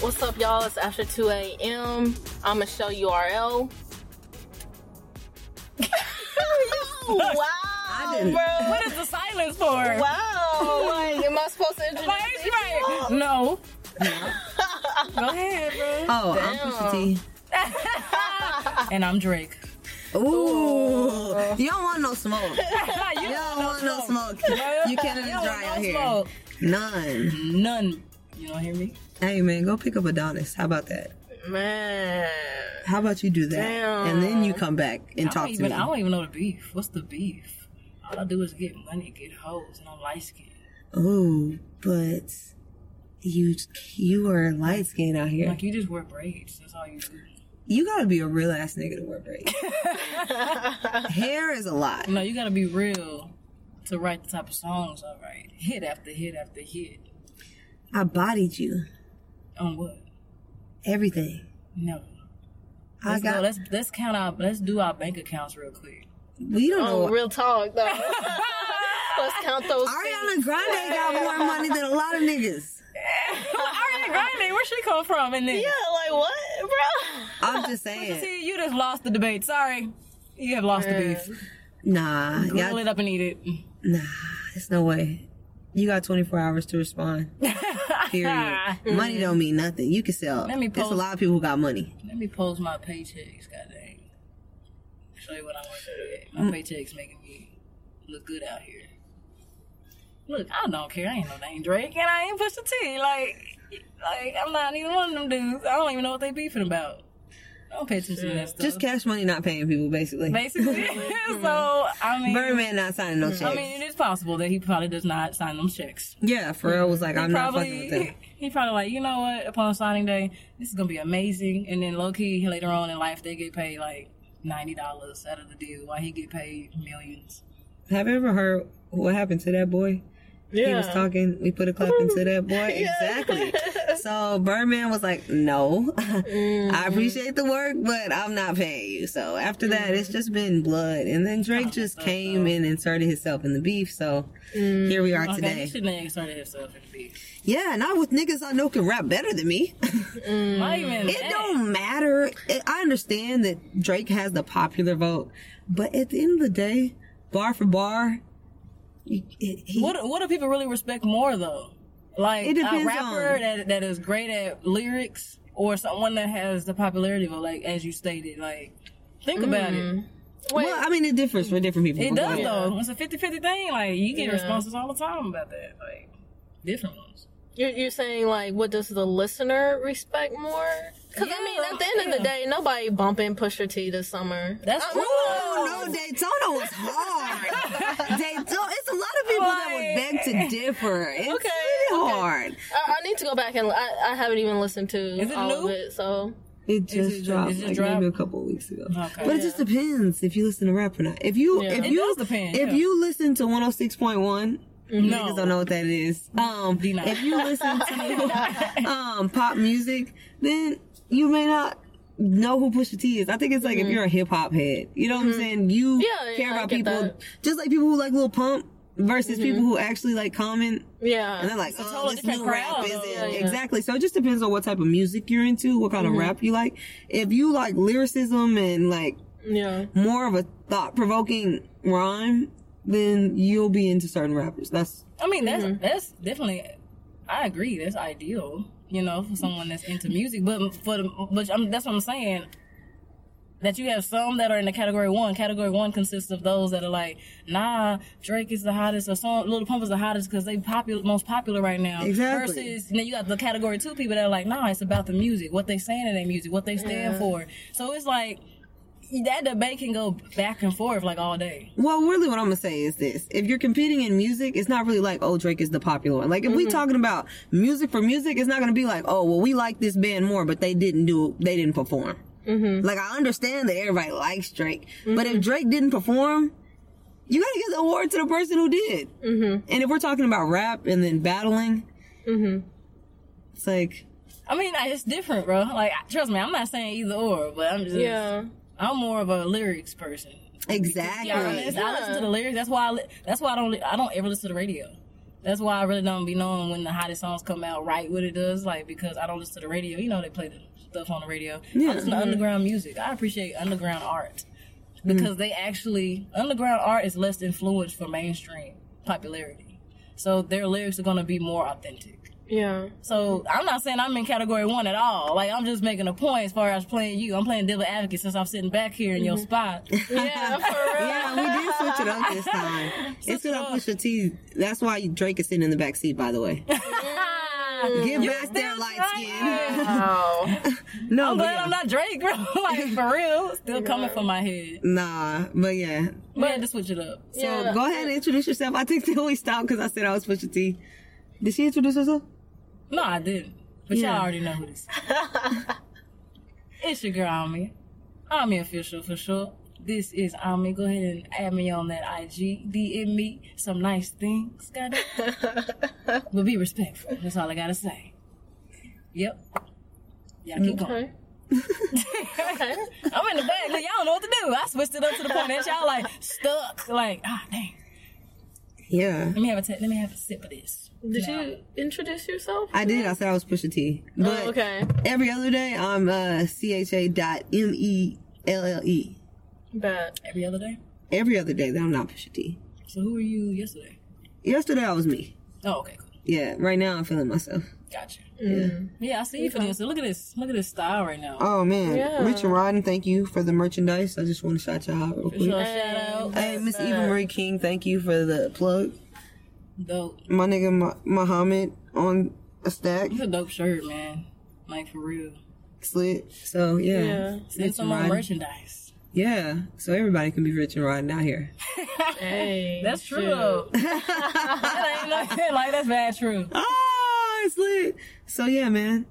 What's up, y'all? It's after 2 a.m. I'm Michelle URL. wow. didn't- Bro. What is the silence for? Wow. Wow. Like, am I supposed to introduce these right. people? No. Go ahead, bro. Oh, I'm Pusha T. And I'm Drake. Ooh, Oh. you don't want no smoke. You you don't want no smoke. You can't even dry out here. Smoke. None. None. You don't hear me? Hey man, go pick up Adonis. How about that? Man. How about you do that, Damn. and then you come back and I talk don't to even, me. I don't even know the beef. What's the beef? All I do is get money, get hoes, and I'm light skinned. Ooh, but you you are light skinned out here. Like, you just wear braids. That's all you do. You gotta be a real ass nigga to wear braids. Hair is a lot. No, you gotta be real to write the type of songs I write. Hit after hit after hit. I bodied you. On what? Everything. Never. I Let's, go. got. let's let's count our let's do our bank accounts real quick. We don't know. Oh, real talk, though. Let's count Oh, those. Ariana Grande got more money than a lot of niggas. Ariana Grande, where she come from? And then Yeah, like, what, bro? I'm just saying. see, you just lost the debate. Sorry, you have lost the beef. Nah, Grill y'all, it up and eat it. nah, it's no way. You got 24 hours to respond. Period. money don't mean nothing. You can sell. Mm-hmm. Let me There's a post- lot of people who got money. Let me post my paychecks. God dang. Show you what I want to Mm. do. My paychecks making me look good out here. Look, I don't care. I ain't no dang Drake, and I ain't Pusha T. Like, like I'm not either one of them dudes. I don't even know what they beefing about. I don't pay attention to that stuff. Just cash money not paying people, basically. basically. so I mean, Birdman not signing no checks. I mean, it is possible that he probably does not sign them checks. yeah, Pharrell was like, I'm not fucking probably with them. he probably like you know what upon signing day this is gonna be amazing and then low key later on in life they get paid like ninety dollars out of the deal while he get paid millions. Have you ever heard what happened to that boy? He was talking. We put a clap into that boy. Exactly. So Birdman was like, "No, I appreciate the work, but I'm not paying you." So after that, it's just been blood. And then Drake just came and inserted himself in the beef. So here we are Okay, today. he shouldn't have inserted himself in the beef. Yeah, not with niggas I know can rap better than me. Not even Mm. It that. don't matter. It, I understand that Drake has the popular vote, but at the end of the day, bar for bar, he- he- What what do people really respect more though? Like It depends a rapper on- that that is great at lyrics or someone that has the popularity of like as you stated like think about Mm-hmm. it. well, I mean, it differs for different people. It but does like- though. It's a 50-50 thing. Like you get responses all the time about that. Like different ones. You're, you're saying, like, what does the listener respect more? Because, I Yeah, mean, at the end of the yeah. day, nobody bumping Pusher T this summer. That's true. Oh no, Daytona was hard. Daytona, it's a lot of people that would beg to differ. It's Okay, really okay. hard. I, I need to go back and I, I haven't even listened to Is it all new? of it. So It just it- dropped is it like dropped? maybe a couple of weeks ago. Okay. But it just depends if you listen to rap or not. If you Yeah. if It you does depend, if yeah. you listen to 106.1 Niggas don't No. know what that is. Um, Deny. if you listen to um, pop music, then you may not know who Pusha T is. I think it's like Mm-hmm. if you're a hip hop head, you know what I'm saying. You Yeah, yeah, care I about get people that. just like people who like Lil Pump versus people who actually like comment and yeah, they're like, Mm-hmm. a oh, totally this different new rap crowd, is though. it. Yeah, Mm-hmm. yeah. Exactly. So it just depends on what type of music you're into, what kind of rap you like. If you like lyricism and like yeah. more of a thought provoking rhyme, then you'll be into certain rappers. That's I mean, that's that's definitely. I agree. That's ideal. You know, for someone that's into music, but for the, but I'm, that's what I'm saying. That you have some that are in the category one. Category one consists of those that are like, nah, Drake is the hottest, or some Little Pump is the hottest because they popular, most popular right now. Exactly. Versus, then you got the category two people that are like, nah, it's about the music, what they saying in their music, what they stand for. So it's like that debate can go back and forth like all day. well, really, what I'm gonna say is this: if you're competing in music, it's not really like, oh, Drake is the popular one. Like, if we talking about music for music, it's not gonna be like, oh, well, we like this band more, but they didn't do, they didn't perform. Like, I understand that everybody likes Drake, but if Drake didn't perform, you gotta give the award to the person who did. Mm-hmm. And if we're talking about rap and then battling, it's like, I mean, I- it's different, bro. Like, I- trust me, I'm not saying either or, but I'm just, Yeah. I'm more of a lyrics person. exactly. Yeah, I, listen, I listen to the lyrics. That's why I, li- that's why I don't, li- I don't ever listen to the radio. That's why I really don't be knowing when the hottest songs come out right what it does, like because I don't listen to the radio. You know they play the stuff on the radio. Yeah. I listen to underground music. I appreciate underground art. Because they actually underground art is less influenced for mainstream popularity. So their lyrics are gonna be more authentic. Yeah. So I'm not saying I'm in category one at all. Like I'm just making a point as far as playing you. I'm playing devil advocate since I'm sitting back here in your Mm-hmm. spot. Yeah, for real. Yeah, we did switch it up this time. It's because I pushed the T. That's why Drake is sitting in the back seat, by the way. Get back there, light skin. Wow. No, I'm but glad Oh, yeah. I'm not Drake, bro. like for real, still coming from my head. Nah, but yeah. But I had to switch it up. So Yeah. go ahead and introduce yourself. I think they only stopped because I said I was Pusha T. Did she introduce herself? No, I didn't. But Yeah. y'all already know who this. is. it's your girl Ami. Ami official for sure. This is Ami. Go ahead and add me on that IG. DM me some nice things, got it. but be respectful. That's all I gotta say. Yep. Y'all keep going. Okay. okay. I'm in the bag. Like, y'all don't know what to do. I switched it up to the point that y'all like stuck. Like, ah, dang. Yeah. Let me have a t- let me have a sip of this. Did Yeah. you introduce yourself? I did. I said I was Pusha T. But oh, okay. every other day, I'm uh, CHA dot M E L L E. Bet. every other day? Every other day that I'm not Pusha T. So who were you yesterday? Yesterday, I was me. Oh, okay, cool. Yeah, right now I'm feeling myself. Gotcha. Yeah, I see you for this. Look at this. Look at this style right now. Mm. Oh man, Yeah. Richard Rodden, thank you for the merchandise. I just want to shout y'all out real quick. So shout out. Hey, Miss Eva Marie King, thank you for the plug. Dope. My nigga Mo- Muhammad on a stack It's a dope shirt, man. Like for real. slit. So yeah, Yeah. Send some more Rodden. merchandise. yeah. So everybody can be rich and Rodden out here. Hey. That's true. that ain't nothing. Like that's bad true. Ah, it's lit. So yeah, man.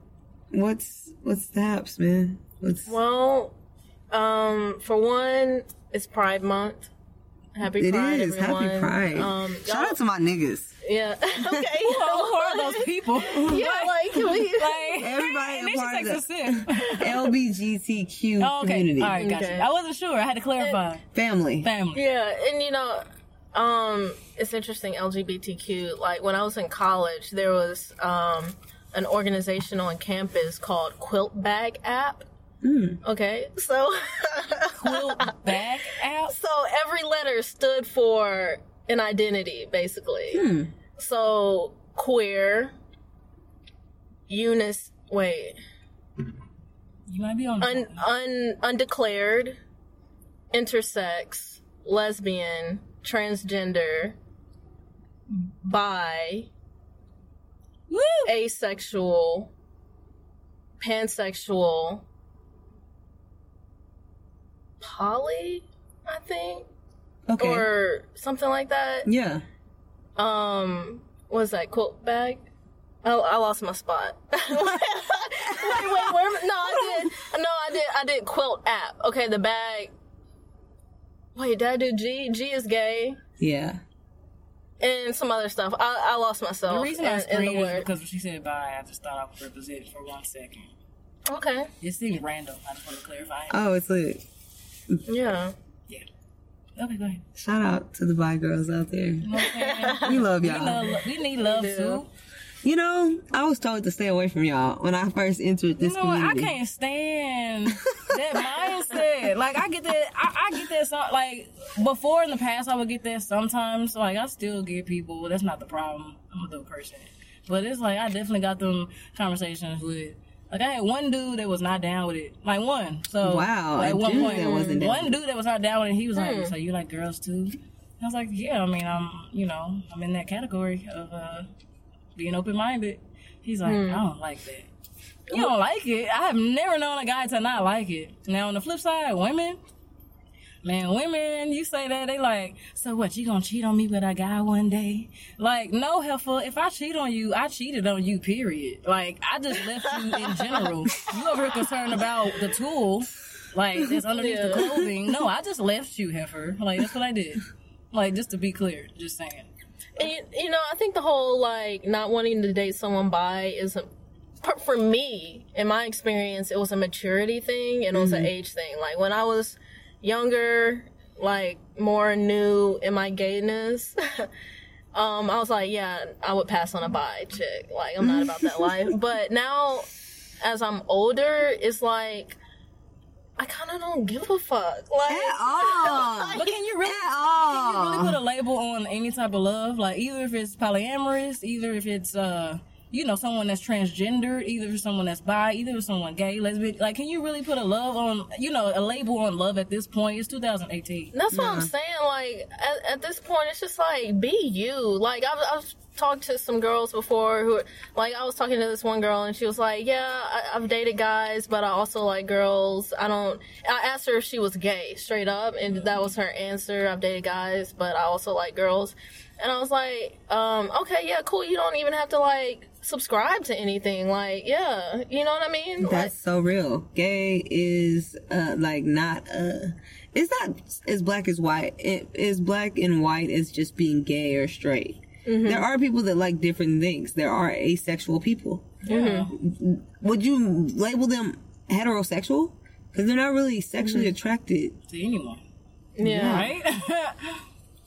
What's what's the haps, man? What's Well, um, for one, it's Pride Month. Happy it Pride, is everyone. happy Pride. Um, shout y'all- out to my niggas. Yeah. okay. Oh, who are those people? yeah, like, can we? like Everybody and then a she part of takes a the sip. LBGTQ Oh, okay. community All right, gotcha. Okay. I wasn't sure. I had to clarify. family. Family. Yeah, and you know, um, it's interesting LGBTQ. Like when I was in college, there was um, an organization on campus called Quilt Bag App. Okay, so Quilt back out. so every letter stood for an identity, basically. So queer, Eunice. Wait, You might be on. un, un undeclared, intersex, lesbian, transgender, bi, Woo! asexual, pansexual, poly, I think, Okay. or something like that. yeah. Um, what was that quote bag? I, I lost my spot. wait, wait, where? am- No, I did. No, I did. I did quilt app. Okay, the bag. Wait, did I do G? G is gay Yeah. and some other stuff. I, I lost myself. The reason in- I in the screamed is word. because when she said bye, I just thought I would represent for one second. okay, It seemed random. I just want to clarify. Uh, Oh, it's lit. yeah, yeah. Okay, go ahead. Shout out to the bi girls out there. You know what I'm saying? We love We, y'all. love, we need love too. You know, I was told to stay away from y'all when I first entered this You know what? I community. can't stand that mindset. Like I get that. I, I get that. Some, like before in the past, I would get that sometimes. Like I still get people. That's not the problem. I'm a dope person, but it's like I definitely got them conversations with. Like I had one dude that was not down with it. Like one. So Wow, Like, a at one dude point, that wasn't down one dude that was not down with it. He was like, "So you like girls too?" I was like, "Yeah. I mean, I'm. You know, I'm in that category of uh, being open minded." He's like, "I don't like that." You don't like it. I have never known a guy to not like it. Now on the flip side, women, man, women, you say that they like. So what? You gonna cheat on me with a guy one day? Like, no, heifer. If I cheat on you, I cheated on you. Period. Like, I just left you in general. You over here concerned about the tool, like that's underneath the Yeah. clothing. No, I just left you, heifer. Like that's what I did. Like just to be clear, just saying. and you, you know, I think the whole like not wanting to date someone bi isn't. per- For me, in my experience, it was a maturity thing and it was an Mm-hmm. age thing. Like when I was younger, like more new in my gayness, um, I was like, yeah, I would pass on a bi chick. Like, I'm not about that life. But now, as I'm older, it's like, I kind of don't give a fuck. Like, At all. But can you really, At can you all. really put a label on any type of love? Like either if it's polyamorous, either if it's uh you know someone that's transgender, either if someone that's bi, either if someone gay, lesbian. Like can you really put a love on you know a label on love at this point? It's 2018. That's what I'm saying. Like at, at this point, it's just like be you. Like I've, I've talked to some girls before who, like I was talking to this one girl and she was like, "Yeah, I, I've dated guys, but I also like girls. I don't." I asked her if she was gay, straight up, and that was her answer. I've dated guys, but I also like girls. And I was like, um, "Okay, yeah, cool. You don't even have to like subscribe to anything. Like, yeah, you know what I mean? Like, That's so real. Gay is uh, like not uh, it's not as black as white. It is black and white as just being gay or straight. Mm-hmm. There are people that like different things. There are asexual people. Would you label them heterosexual? Because they're not really sexually Mm-hmm. attracted. To anyone, yeah, right?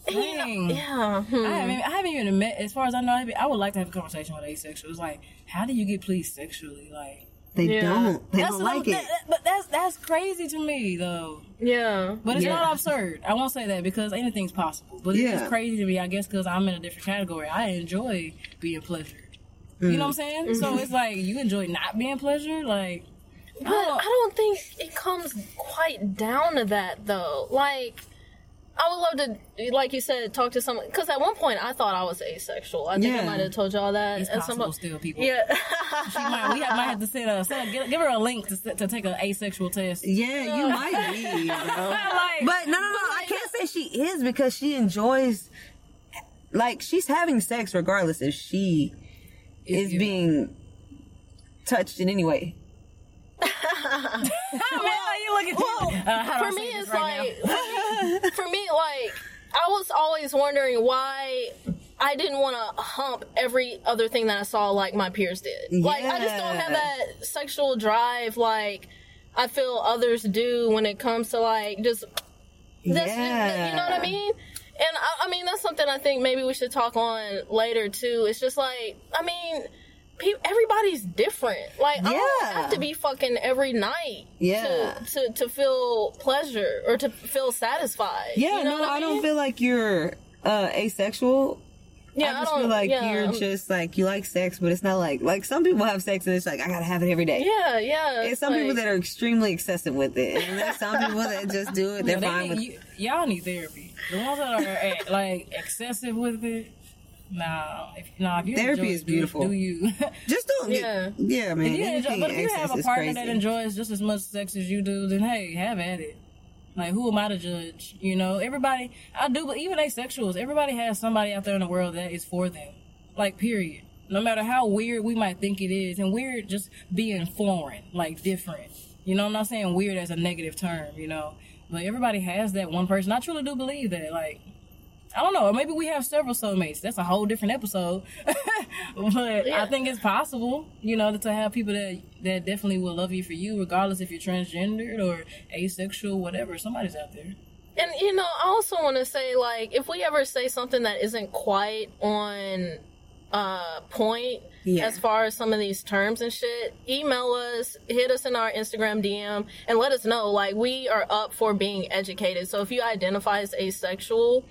Dang. yeah. hmm. I haven't, I haven't even met. As far as I know, I, haven't- I would like to have a conversation with asexuals. Like, how do you get pleased sexually? Like, They Yeah. don't. They don't what I'm- like it. that- that- but that's that's crazy to me though. yeah. But it's Yeah. not absurd. I won't say that because anything's possible. But it's Yeah. just crazy to me, I guess, because I'm in a different category. I enjoy being pleasured. You know what I'm saying? So Mm-hmm. it's like you enjoy not being pleasured. Like But I don't think it comes quite down to that though. Like, I would love to, like you said, talk to someone. Because at one point I thought I was asexual. I think Yeah. I might have told y'all that. it's at possible some point. still, people. Yeah. She might, we have, might have to send a, send a- give, give her a link to, s- to take an asexual test. Yeah, you might be, bro. like, But no, no, no. I can't say she is because she enjoys, like, she's having sex regardless if she is you- being touched in any way. how Oh, you looking? uh, how do I for me, say this it's right now? like for me, like I was always wondering why I didn't want to hump every other thing that I saw like my peers did. Like I just don't have Yeah. that sexual drive like I feel others do when it comes to like just that's you know what I Yeah. mean. And I, I mean that's something I think maybe we should talk on later too. It's just like I mean. pe- Everybody's different. Like I don't Yeah. have to be fucking every night Yeah. to, to to feel pleasure or to feel satisfied. Yeah, You know no, what I, don't mean? feel like you're uh, asexual. Yeah, I just feel like yeah, you're um, I'm- just like you like sex, but it's not like like some people have sex and it's like I gotta have it every day. Yeah, yeah. It's some people like- that are extremely excessive with it, and there's some people that just do it. They're They fine need- with it. you, y'all need therapy. The ones that are eh, like excessive with it, nah. If, nah if you Therapy enjoy is it, beautiful. Do, do you? Just don't. Yeah, Yeah. get, yeah, man. If you enjoy, anything but if you excess have a is partner crazy. that enjoys just as much sex as you do, then hey, have at it. Like who am I to judge? You know, everybody. I do, but even asexuals, everybody has somebody out there in the world that is for them. Like period. No matter how weird we might think it is, and weird just being foreign, like different. You know, I'm not saying weird as a negative term. You know, but everybody has that one person. I truly do believe that. Like. I don't know, or maybe we have several soulmates. That's a whole different episode. but I Yeah. think it's possible, you know, to have people that that definitely will love you for you, regardless if you're transgendered or asexual, whatever. Somebody's out there. And you know, I also want to say like if we ever say something that isn't quite on uh point Yeah. as far as some of these terms and shit, email us, hit us in our Instagram DM and let us know like we are up for being educated. So if you identify as asexual,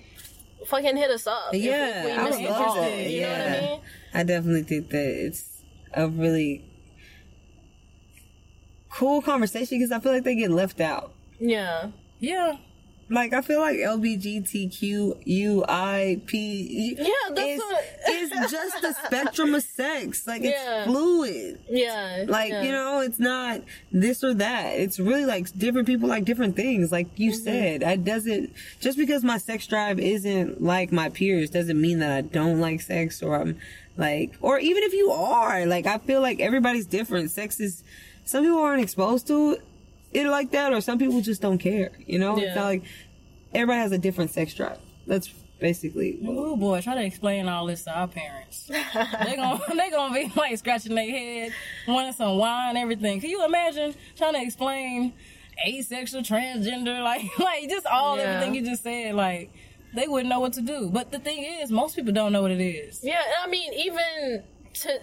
fucking hit us up. if- Yeah, if we I would misinterpreted, love that. you know what Yeah. I mean? I definitely think that it's a really cool conversation because I feel like they get left out. Yeah. Yeah. Like I feel like LBGTQUIP. Yeah, that's E is, what- is just the spectrum of sex. Like Yeah. it's fluid. Yeah. Like yeah. you know, it's not this or that. It's really like different people like different things. Like you Mm-hmm. said, I doesn't just because my sex drive isn't like my peers doesn't mean that I don't like sex or I'm like or even if you are like I feel like everybody's different. Sex is some people aren't exposed to it like that, or some people just don't care. You know, it's Yeah. not like everybody has a different sex drive. That's basically what- Oh boy, try to explain all this to our parents. they gonna they gonna be like scratching their head, wanting some wine, everything. Can you imagine trying to explain asexual, transgender, like like just all Yeah. everything you just said, like they wouldn't know what to do. But the thing is, most people don't know what it is. Yeah, and I mean, even to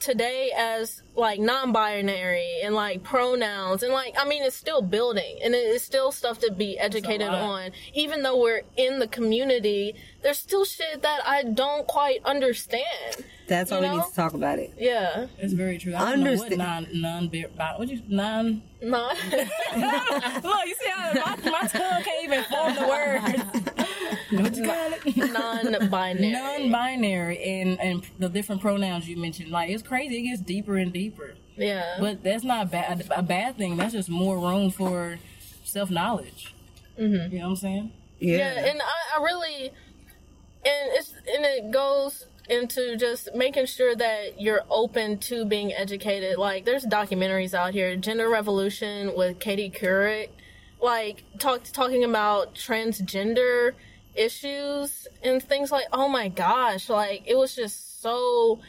today as like non-binary and like pronouns and like I mean, it's still building and it- it's still stuff to be educated lot. on. Even though we're in the community, there's still shit that I don't quite understand. That's why You we need know? to talk about it. Yeah, It's very true. I don't Understand- know what non non bi- bi- what you non. not. Look, you see how my, my tongue can't even form the word. what you call it? non-binary. Non-binary and and the different pronouns you mentioned. Like it's crazy. It gets deeper and deeper. yeah, But that's not bad a bad thing. That's just more room for self knowledge. You know what I'm saying? Yeah. yeah, and I, I really, and it's and it goes into just making sure that you're open to being educated. Like there's documentaries out here, Gender Revolution with Katie Couric, like talk talking about transgender issues and things like. Oh my gosh, like it was just so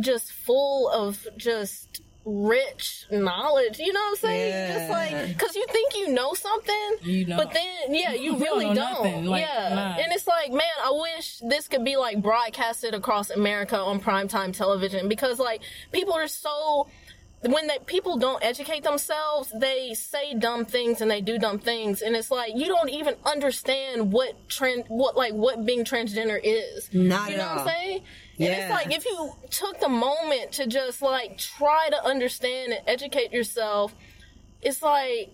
just full of just rich knowledge you know what i'm saying just Yeah. like because you think you know something You know. but then, yeah, you You really don't don't. know nothing, like, yeah, nah. and it's like, man, I wish this could be like broadcasted across America on primetime television because like people are so when they people don't educate themselves, they say dumb things and they do dumb things, and it's like you don't even understand what trans, what like what being transgender is. Not You at know what I'm all. saying? And Yeah. it's like if you took the moment to just like try to understand and educate yourself, it's like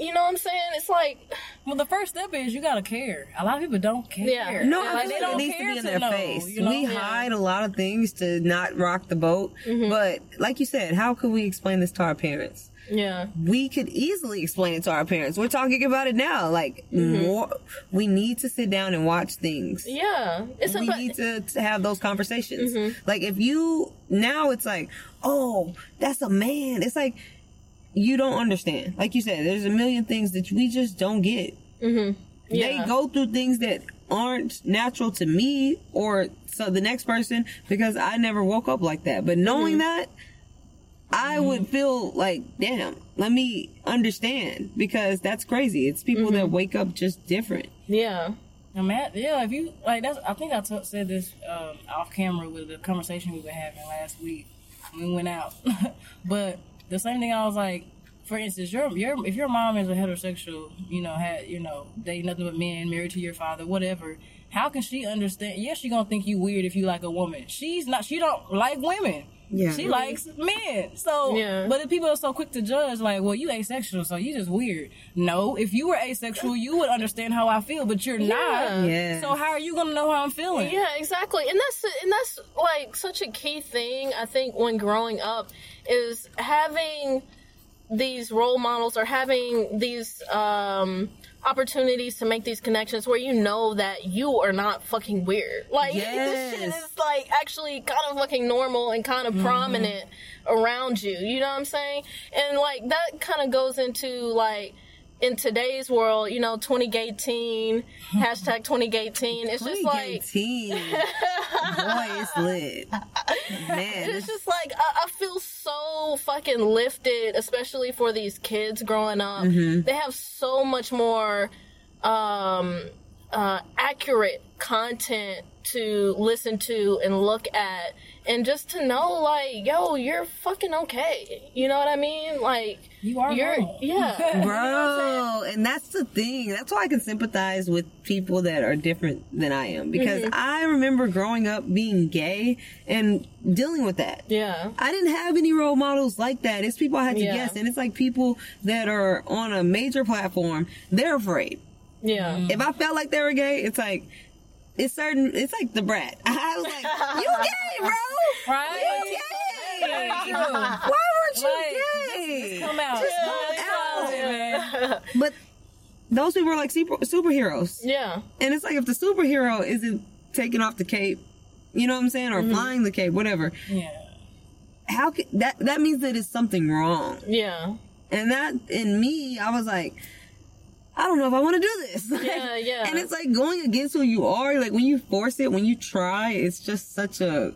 you know what I'm saying? It's like Well, the first step is you gotta care. A lot of people don't care. Yeah. No, Like, they I feel like it don't needs to be in their know, face. you know? we Yeah. hide a lot of things to not rock the boat. But like you said, how could we explain this to our parents? yeah. We could easily explain it to our parents. We're talking about it now. Like more, we need to sit down and watch things. Yeah, it's we about need to, to have those conversations. Like if you now it's like, oh, that's a man. It's like you don't understand. Like you said, there's a million things that we just don't get. yeah. They go through things that aren't natural to me or so the next person because I never woke up like that. But Mm-hmm. knowing that, I would feel like, damn, let me understand because that's crazy. It's people that Mm-hmm. wake up just different. yeah, I'm at, yeah, if you like, that's. I think I t- said this um, off camera with the conversation we were having last week when we went out. but the same thing, I was like, for instance, your your if your mom is a heterosexual, you know, had you know, dating nothing but men, married to your father, whatever. How can she understand? Yeah, she gonna think you weird if you like a woman. She's not. She don't like women. Yeah. She likes men. So, Yeah. but if people are so quick to judge, like, well, you asexual, so you just weird. No, if you were asexual, you would understand how I feel, but you're not. Yeah. So how are you gonna know how I'm feeling? yeah, exactly. And that's and that's like such a key thing I think when growing up is having these role models or having these um, opportunities to make these connections where you know that you are not fucking weird. Like this shit Yes. is like actually kind of fucking normal and kind of prominent around you. You know what I'm saying? And like that kind of goes into like in today's world, you know, 2018, hashtag 2018. It's just like 2018. Boy, it's lit. Man, it's this, just like I, I feel so fucking lifted, especially for these kids growing up. Mm-hmm. They have so much more um, uh, accurate content to listen to and look at, and just to know, like, yo, you're fucking okay. You know what I mean? Like, You are you're, normal. yeah, bro. And that's the thing. That's why I can sympathize with people that are different than I am because I remember growing up being gay and dealing with that. yeah, I didn't have any role models like that. It's people I had to Yeah. guess. And it's like people that are on a major platform, they're afraid. yeah. Mm-hmm. If I felt like they were gay, it's like, it's certain, it's like the brat. I was like, you gay, bro. Right? You gay. Thank you. Come Why weren't Like, you gay? out. come Come out, man. But those people are like super, superheroes. Yeah, And it's like if the superhero isn't taking off the cape, you know what I'm saying, or flying the cape, whatever. Yeah. How could, that that means that it's something wrong. yeah, And that in me, I was like, I don't know if I want to do this. Yeah, yeah. And it's like going against who you are. Like when you force it, when you try, it's just such a,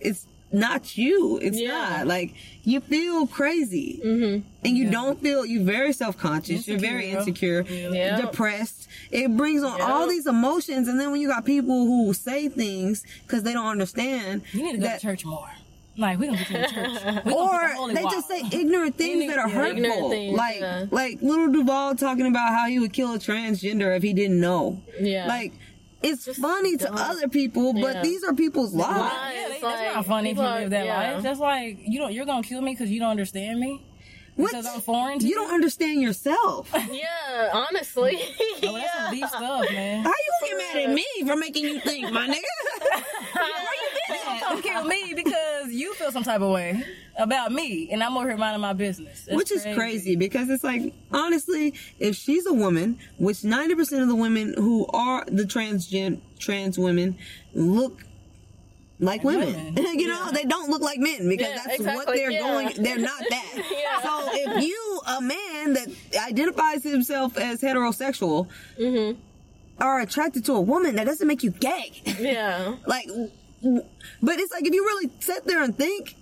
it's not you. It's Yeah. not like you feel crazy, mm-hmm. and you don't feel you're very self conscious. You're very Insecure. insecure, Yeah. depressed. It brings on Yeah. all these emotions, and then when you got people who say things because they don't understand You need to go that- to church more. Like we gonna get you to church, We gonna put the or holy they wall. just say ignorant things that are yeah, ignorant hurtful. things, like yeah. like little Duval talking about how he would kill a transgender if he didn't know. Yeah. Like it's funny to other people, but Yeah. these are people's lives. Lies. Yeah, they- It's that's like, not funny if you people are- live that yeah. life. That's like you don't. You're gonna kill me because you don't understand me. Because I'm foreign to you don't understand yourself. How Yeah, honestly. Oh, that's some yeah. deep stuff, man. you get mad at me for making you think, my nigga? Don't kill me because you feel some type of way about me, and I'm over here minding my business. That's which is crazy. because it's like honestly, if she's a woman, which ninety percent of the women who are the transgen trans women look like women, women. you know, they don't look like men because Yeah, that's what exactly, they're yeah. going. They're not that. Yeah. So if you a man that identifies himself as heterosexual are attracted to a woman, that doesn't make you gay. Yeah. Like, w- w- but it's like if you really sit there and think,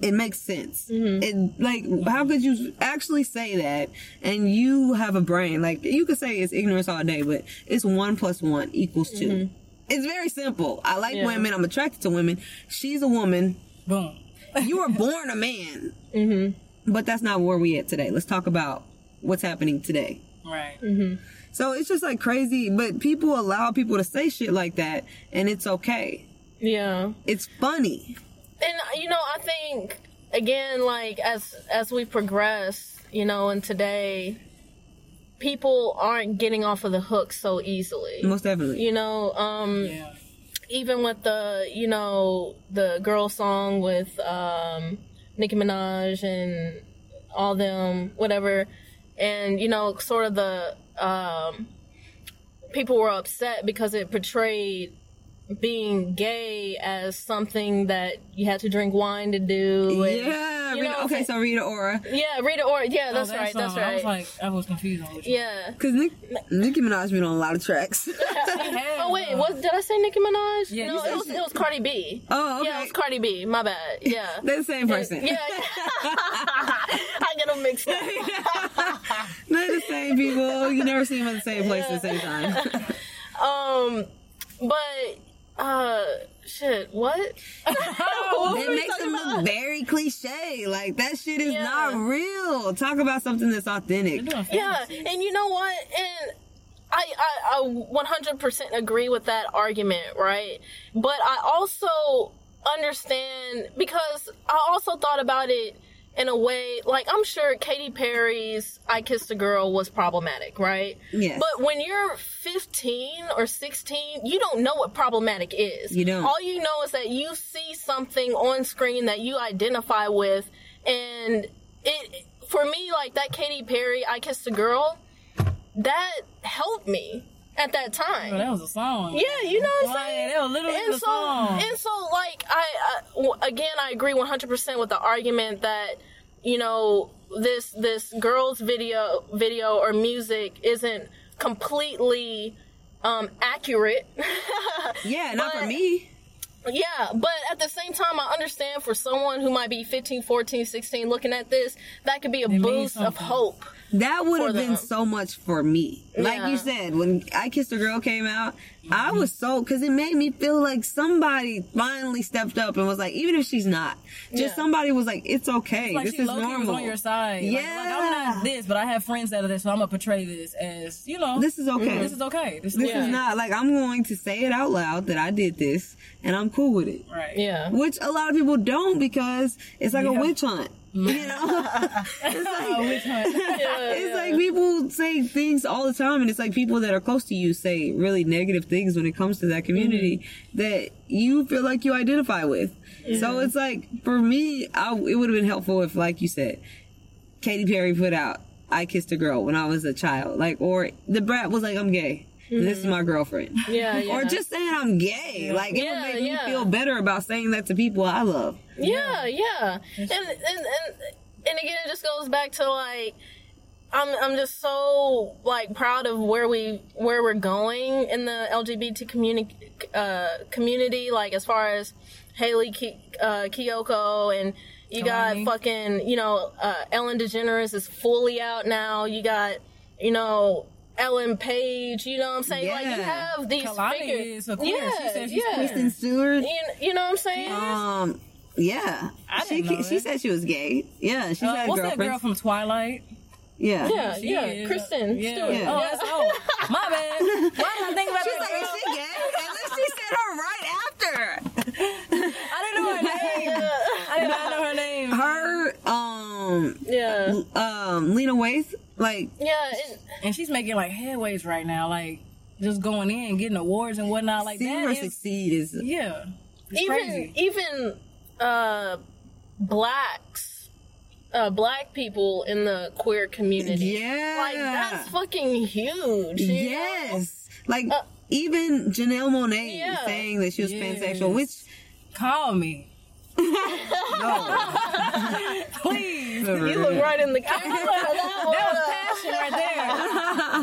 it makes sense. It like how could you actually say that? And you have a brain. Like you could say it's ignorance all day, but it's one plus one equals 2 It's very simple. I like Yeah. women. I'm attracted to women. She's a woman. Boom. You were born a man. But that's not where we at today. Let's talk about what's happening today. Right. Mm-hmm. So it's just like crazy, but people allow people to say shit like that, and it's okay. Yeah. It's funny. and you know i think again like as as we progress you know and today people aren't getting off of the hook so easily Most definitely. you know um Yeah. even with the you know the girl song with um nicki minaj and all them whatever and you know sort of the um people were upset because it portrayed being gay as something that you had to drink wine to do and- Yeah. you Rita, know, okay, so Rita Ora. yeah rita ora yeah that's Oh, that right that's song, I was right like, I was confused on which yeah Because Nick, Nicki Minaj been on a lot of tracks. one. Hey, Oh wait, uh, what did I say? Nicki Minaj? Yeah, you no, said it was, she- it was Cardi B. Oh, okay. yeah, it was Cardi B. My bad. Yeah, They're the same person. Yeah, I get them mixed up. They're the same people. You never see them in the same place at the same time. Um, but uh, shit, what? Oh, It makes them look very cliche. Like that shit is Yeah. not real. Talk about something that's authentic. Doing Yeah, fantasy. and you know what? And I, I, I 100% agree with that argument, right? But I also understand because I also thought about it in a way like I'm sure Katy Perry's I Kissed a Girl was problematic, right? Yes. But when you're 15 or 16, you don't know what problematic is. You don't. All you know is that you see something on screen that you identify with and it for me like that Katy Perry I Kissed a Girl that helped me at that Bro, time. that was a song. Yeah, you know what I'm Like, saying? that was literally and the so, song. And so, like, I, I w- again, I agree 100% with the argument that, you know, this this girl's video video or music isn't completely um, accurate. yeah, not for but- me. yeah, but at the same time, I understand for someone who might be 15, 14, 16 looking at this, that could be a boost of something. hope. That would for have been them. so much for me. Like you Yeah. said, when I Kissed a Girl came out, I was so, because it made me feel like somebody finally stepped up and was like, even if she's not, just Yeah. somebody was like, it's okay. like this she is low-key was normal. on your side. Like, like, Yeah. I'm not this, but I have friends that are this, so I'm gonna portray this as you know. This is okay. This is okay. This, This Yeah. is not like I'm going to say it out loud that I did this and I'm cool with it. right. Yeah. Which a lot of people don't because it's like Yeah. a witch hunt. You know? it's like, Oh, which one? it's like people say things all the time and it's like people that are close to you say really negative things when it comes to that community Mm-hmm. that you feel like you identify with so it's like for me I, it would have been helpful if like you said Katy Perry put out I Kissed a Girl when I was a child like or the brat was like I'm gay and this is my girlfriend Mm-hmm. Yeah, yeah. or just saying I'm gay like it Yeah, would make yeah. me feel better about saying that to people I love Yeah, yeah. And, and and and again it just goes back to like I'm I'm just so like proud of where we where we're going in the LGBT community uh community like as far as Haley Ki- uh, Kiyoko, and you got Kalani. fucking you know uh, Ellen DeGeneres is fully out now. You got you know Ellen Page. You know what I'm saying? Like you Yeah. have these Kalani figures. is a queer. She said she's yeah. queer. Kristen Stewart. You, you know what I'm saying? Um, yeah. I she didn't know she that. said she was gay. Yeah, she's Uh, had what's girlfriends. that girl from Twilight? Yeah. yeah, She yeah. is- Kristen yeah. Stewart. Yeah. Oh, that's old. My bad. Why did I think about She's that like, is girl? she gay? And then she said her right after. I didn't know her name. I did not know her name. Her, um, yeah, um, Lena Waithe, like, yeah. It, And she's making like headways right now, like just going in and getting awards and whatnot. Like seeing that her is- succeed is, yeah. It's even crazy. even uh blacks uh black people in the queer community yeah. like that's fucking huge you know? yes. Like, Uh, even Janelle Monet Yeah. saying that she was Yes. pansexual, which, Call me. no. Please. you look right in the camera for that one.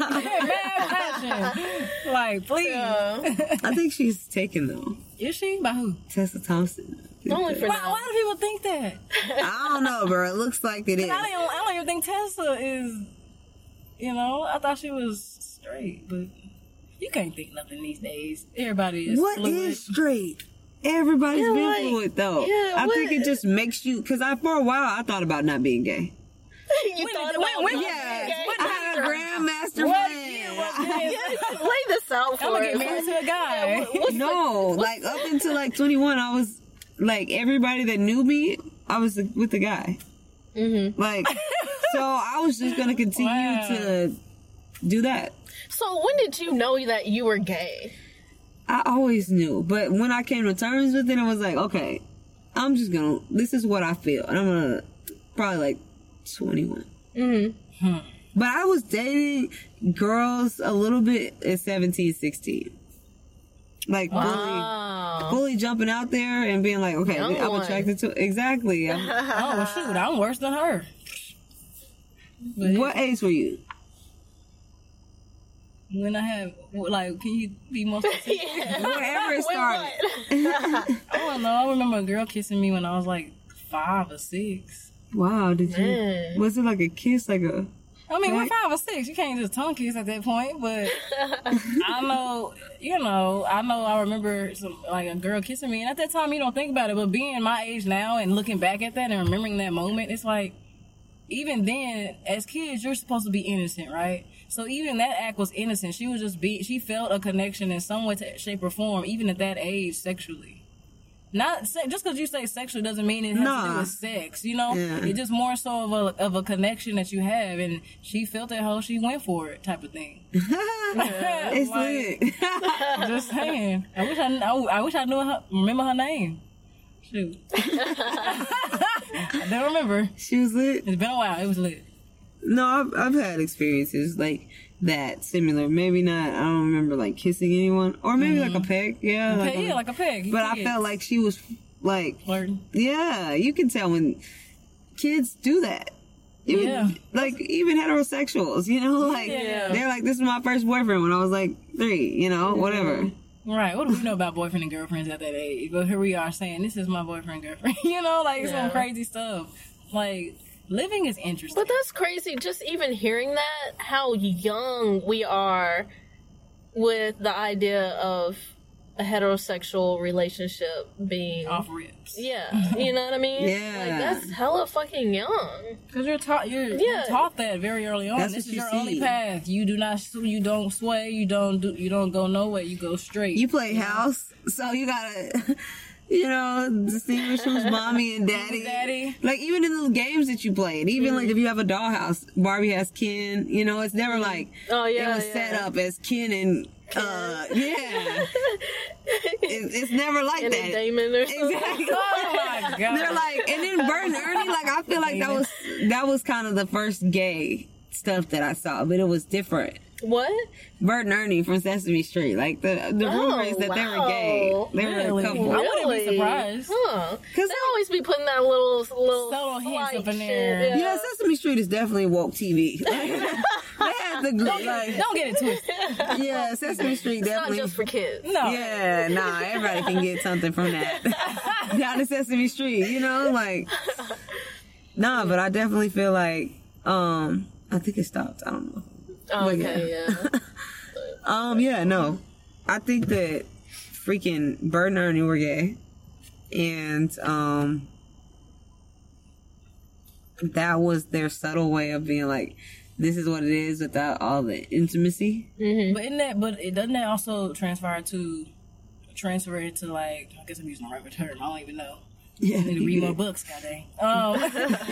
That was passion right there. Mad passion. Like, please. Yeah. I think she's taken, though. Is she? By who? Tessa Thompson. only for Why, now why do people think that? I don't know, bro. It looks like it is. I don't, I don't even think Tessa is, you know, I thought she was straight, but you can't think nothing these days. Everybody is What fluid. is straight? Everybody's Yeah, been like- fluid though. yeah, I think what- it just makes you because I for a while I thought about not being gay. you When- thought when- about when- it. Yeah. Okay. I had a grandmaster What year was plan. this? lay this out for I'm gonna get us. married to a guy. What's No, like up until like 21, I was like everybody that knew me, I was with the guy. Mm-hmm. Like, so I was just gonna continue Wow. to do that. so when did you know that you were gay I always knew, but when I came to terms with it, I was like, okay, I'm just gonna. This is what I feel, and I'm gonna probably like 21. Mm-hmm. But I was dating girls a little bit at 17, 16. Like wow fully, Oh. fully jumping out there and being like, okay, Young I'm one. attracted to exactly. I'm- Oh well, shoot, I'm worse than her. what age were you? When I have like, can you be more? Specific? Wherever it Wait, started. what? I don't know. I remember a girl kissing me when I was like five or six. Wow, did you? Man. Was it like a kiss, like a? I mean, we're Right. five or six. You can't just tongue kiss at that point. But I know, you know, I know. I remember some like a girl kissing me, and at that time, you don't think about it. But being my age now and looking back at that and remembering that moment, it's like even then, as kids, you're supposed to be innocent, right? So even that act was innocent. She was just be. She felt a connection in some way, to shape, or form, even at that age, sexually. Not se- just because you say sexual doesn't mean it has to do Nah. with sex. You know, Yeah. it's just more so of a of a connection that you have, and she felt that hoe. She went for it, type of thing. it's Like- lit. Just saying. I wish I, kn- I, I wish I knew her, remember her name. Shoot, I don't remember. she was lit. It's been a while. It was lit. No, I've, I've had experiences like that, similar. Maybe not. I don't remember like kissing anyone, or maybe like a peck. Yeah, Like like a- Mm-hmm. yeah, like a pig. You but I kids felt like she was like, flirting. yeah, you can tell when kids do that. Even, Yeah. Like even heterosexuals, you know, like Yeah. they're like, this is my first boyfriend when I was like three, you know, whatever. Right. What do we know about boyfriend and girlfriends at that age? But here we are saying this is my boyfriend girlfriend. you know, like Yeah. some crazy stuff. Like living is interesting. But that's crazy. Just even hearing that, how young we are with the idea of a heterosexual relationship being. off rips. Yeah, you know what I mean? Oh. Yeah. Like, that's hella fucking young. Because you're taught you're, Yeah. you're taught that very early on. That's this what is you your see. only path. You do not sw- you don't sway. You don't do you don't go nowhere. You go straight. You play house, so you gotta, you know, distinguish who's mommy and daddy. Daddy. Like even in the games that you play, and even like if you have a dollhouse, Barbie has Ken. You know, it's never like Oh, yeah. it was yeah. set up as Ken and uh, yeah. it, it's never like And a that. Damon or something. Exactly. oh my god. They're like, and then Bert and Ernie. Like I feel like that was that was kind of the first gay stuff that I saw, but it was different. What? Bert and Ernie from Sesame Street. Like the the Oh, rumor is that they were gay. wow. They were Really? a couple. I wouldn't be Really? surprised. Huh. They Cause always be putting that little, little Subtle hints slight up in shit, there. yeah, Sesame Street is definitely woke TV. had to Don't get, like, don't get it twisted. yeah, Sesame Street It's not definitely. just for kids. No. Yeah, nah, everybody can get something from that. Down to Sesame Street, you know, like Nah, but I definitely feel like um I think it stopped. I don't know. Oh, But okay, yeah. Um yeah, no. I think that freaking Bird and Ernie were gay. And um that was their subtle way of being like this is what it is without all the intimacy. But isn't that? But it doesn't that also transfer to transfer it to like? I guess I'm using the right term. I don't even know. Yeah. Need to read more books, goddamn. Um,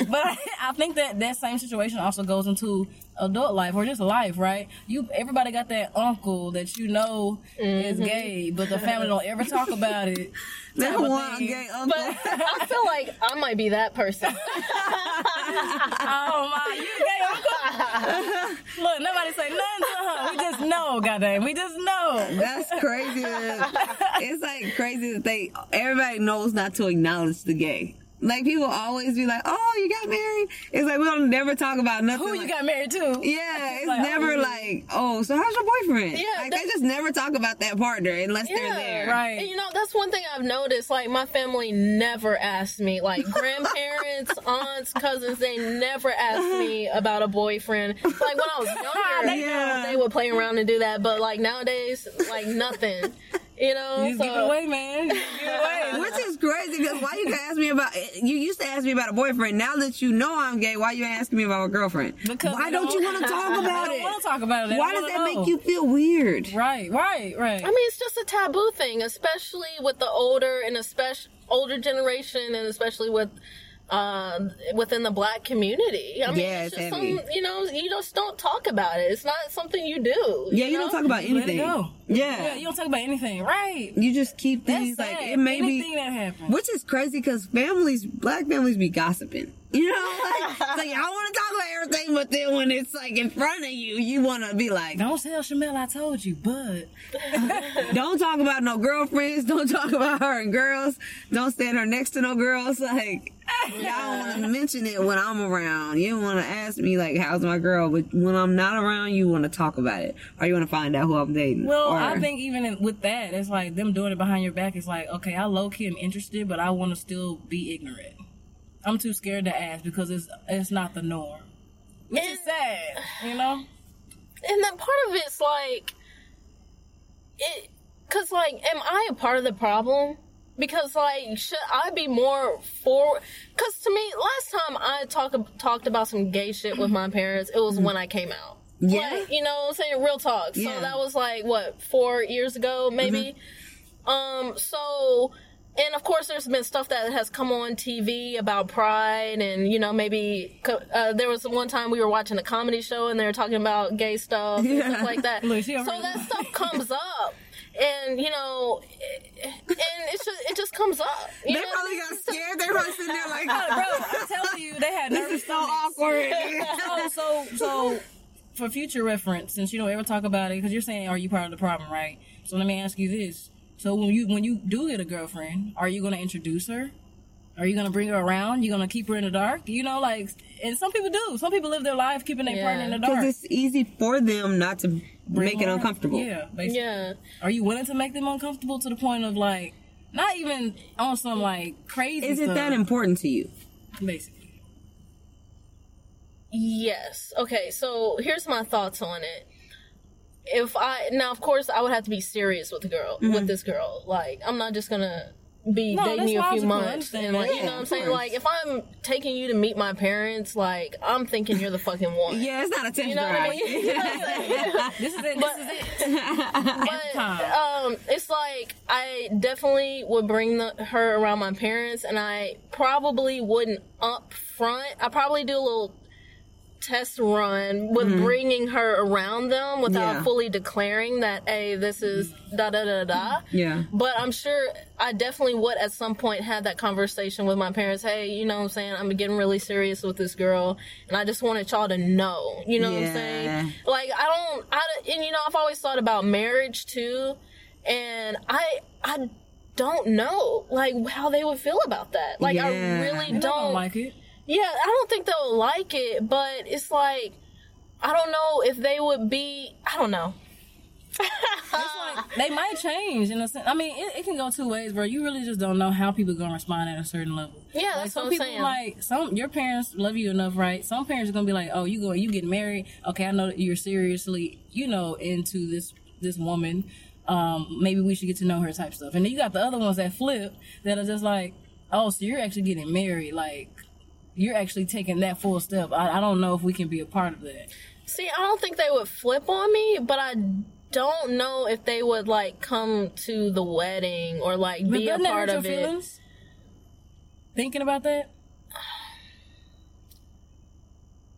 but I, I think that that same situation also goes into adult life or just life, right? You everybody got that uncle that you know is gay, but the family don't ever talk about it. That type of one thing. gay uncle. I feel like I might be that person. Oh my, you gay uncle? Look, nobody say nothing to her. We just know, goddamn. We just know. That's crazy. it's like crazy that they everybody knows not to acknowledge the gay. Like people always be like, "Oh, you got married." It's like we don't never talk about nothing. Who you like- got married to? Yeah, it's Like, never oh. like, "Oh, so how's your boyfriend?" Yeah, like they that's- just never talk about that partner unless they're Yeah. there. Right. And you know, that's one thing I've noticed. Like, my family never asked me. Like, grandparents, aunts, cousins, they never asked me about a boyfriend. Like, when I was younger, Yeah. they would play around and do that. But, like, nowadays, like, nothing. You know? You just give it away, man. You just give it away. Which is crazy because why you can ask me about you used to ask me about a boyfriend. Now that you know I'm gay, why you asking me about a girlfriend? Because why they don't you don't- want to talk I about don't it? want to talk about it. I Why don't does that wanna know. make you feel weird? Right, right, right. I mean, it's just a taboo thing, especially with the older and especially older generation, and especially with uh, within the black community. I mean, Yeah, it's it's just heavy. some, you know, you just don't talk about it. It's not something you do. Yeah, you don't know? talk about Let it anything. go. Yeah. Yeah, you don't talk about anything, right? you just keep That's things like sad. it may anything be, that happens. which is crazy because families, black families, be gossiping. You know, like, it's like I want to talk about everything, but then when it's like in front of you, you want to be like, Don't tell Shamel I told you, but don't talk about no girlfriends, don't talk about her and girls, don't stand her next to no girls. Like, y'all want to mention it when I'm around. You want to ask me like, how's my girl, but when I'm not around, you want to talk about it, or you want to find out who I'm dating. well, or, I think even in, with that, it's like them doing it behind your back. It's like okay, I low key am interested, but I want to still be ignorant. I'm too scared to ask because it's it's not the norm, which is And- sad, you know. and then part of it's like it because like am i a part of the problem because like should i be more for because to me last time i talk, talked about some gay shit with my parents it was when i came out Mm-hmm. Yeah. Like, you know what i'm saying real talk so Yeah. Mm-hmm. that was like what four years ago maybe um so and of course there's been stuff that has come on tv about pride and you know maybe co- uh, there was one time we were watching a comedy show and they were talking about gay stuff and Yeah. stuff like that Look, she so already- that stuff comes up and you know and it's just it just comes up you they know? probably got scared. They probably sitting there like, Bro, I'm telling you, they had nervous so awkward. so so so for future reference, since you don't ever talk about it, because you're saying, are you part of the problem, right? So let me ask you this: so when you when you do get a girlfriend, are you going to introduce her? Are you going to bring her around? You going to keep her in the dark? You know, like, and some people do. Some people live their life keeping their Yeah. partner in the dark. Because it's easy for them not to make it Or- uncomfortable. Yeah, basically. yeah Are you willing to make them uncomfortable to the point of like, not even on some like crazy? Is it stuff, that important to you? Basically, Yes. Okay, so here's my thoughts on it. If I now of course I would have to be serious with the girl with this girl. Like I'm not just gonna be Mm-hmm. No, dating that's you a few logical. I months understand and like that. you Yeah, know what I'm of saying? course. Like if I'm taking you to meet my parents, like I'm thinking you're the fucking one. Yeah, it's not a test You know what I drive. mean? You know what I'm saying? this is it. This is it. but time. um, it's like I definitely would bring the, her around my parents, and I probably wouldn't up front. I probably do a little test run with bringing her around them without Mm-hmm. Yeah. fully declaring that, hey, this is da da da da. Yeah. But I'm sure I definitely would at some point have that conversation with my parents. Hey, you know what I'm saying? I'm getting really serious with this girl, and I just wanted y'all to know. You know what I'm Yeah. saying? Like I don't, I don't- and you know I've always thought about marriage too, and I I don't know like how they would feel about that. Like I Yeah. really I don't don't like it. yeah, I don't think they'll like it, but it's like I don't know if they would be. I don't know. It's like they might change in a sense. I mean, it, it can go two ways, bro. You really just don't know how people gonna respond at a certain level. Yeah, like that's what some I'm people saying. like some your parents love you enough, right? Some parents are gonna be like, "Oh, you go, you get married. Okay, I know that you're seriously, you know, into this this woman. Um, maybe we should get to know her type stuff." And then you got the other ones that flip that are just like, "Oh, so you're actually getting married? Like, you're actually taking that full step? I, I don't know if we can be a part of that." See, I don't think they would flip on me, but I don't know if they would like come to the wedding or like But be a doesn't that part hurt of your it. feelings? Thinking about that.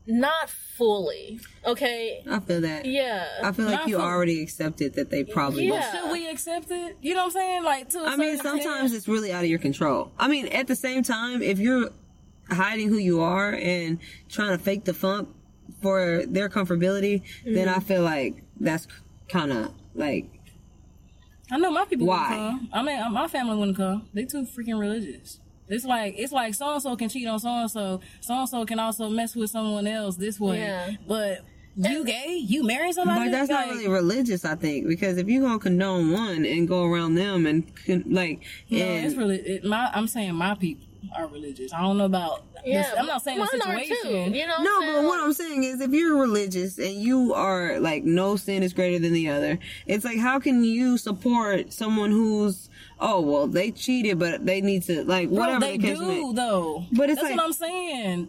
Not fully. Okay. I feel that. Yeah. I feel like Not you for- already accepted that they probably. Yeah. won't. Should we accept it? You know what I'm saying? Like, to a Uh-uh. I mean, certain extent. sometimes it's really out of your control. I mean, at the same time, if you're hiding who you are and trying to fake the funk for their comfortability, then I feel like that's kind of like I know my people Why? wouldn't come. I mean, uh, my family wouldn't come. They too freaking religious. It's like it's like so and so can cheat on so and so. So and so can also mess with someone else this way. Yeah. But you gay? You marry somebody? But that's not Like, really religious, I think, because if you gonna condone one and go around them and con- like, No, and it's really. It, my I'm saying my people are religious. I don't know about. yeah. This, I'm not saying the Mine are situation. Too, you know. no, what I'm but saying? what I'm saying is, if you're religious and you are like, no sin is greater than the other, it's like, how can you support someone who's, oh well, they cheated, but they need to like whatever Bro, they the do case may- though. But it's that's like- what I'm saying.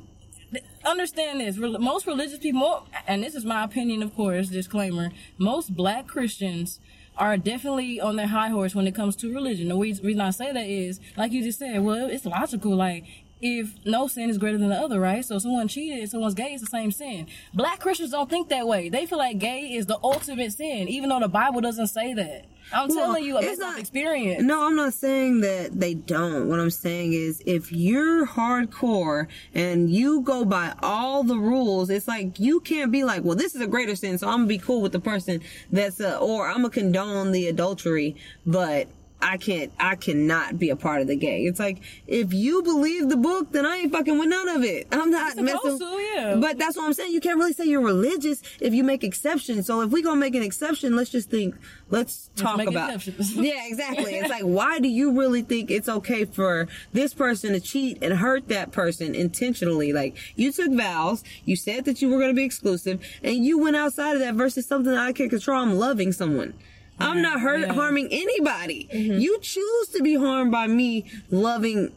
Th- Understand this. Rel- Most religious people, and this is my opinion, of course, disclaimer. Most black Christians are definitely on their high horse when it comes to religion. The reas- reason I say that is, like you just said, well, it's logical. Like, if no sin is greater than the other, right? So, if someone cheated, someone's gay, it's the same sin. Black Christians don't think that way. They feel like gay is the ultimate sin, even though the Bible doesn't say that. I'm Well, telling you, it's based off not- experience. No, I'm not saying that they don't. What I'm saying is if you're hardcore and you go by all the rules, it's like you can't be like, well, this is a greater sin, so I'm gonna be cool with the person that's uh or I'm gonna condone the adultery, but I can't, I cannot be a part of the gay. It's like, if you believe the book, then I ain't fucking with none of it. I'm not supposed messing. to, yeah. But that's what I'm saying. You can't really say you're religious if you make exceptions. So if we gonna make an exception, let's just think, let's talk make about. exceptions. Yeah, exactly. It's like, why do you really think it's okay for this person to cheat and hurt that person intentionally? Like, you took vows, you said that you were going to be exclusive, and you went outside of that versus something that I can control. I'm loving someone. I'm not hurt, Yeah. harming anybody. You choose to be harmed by me loving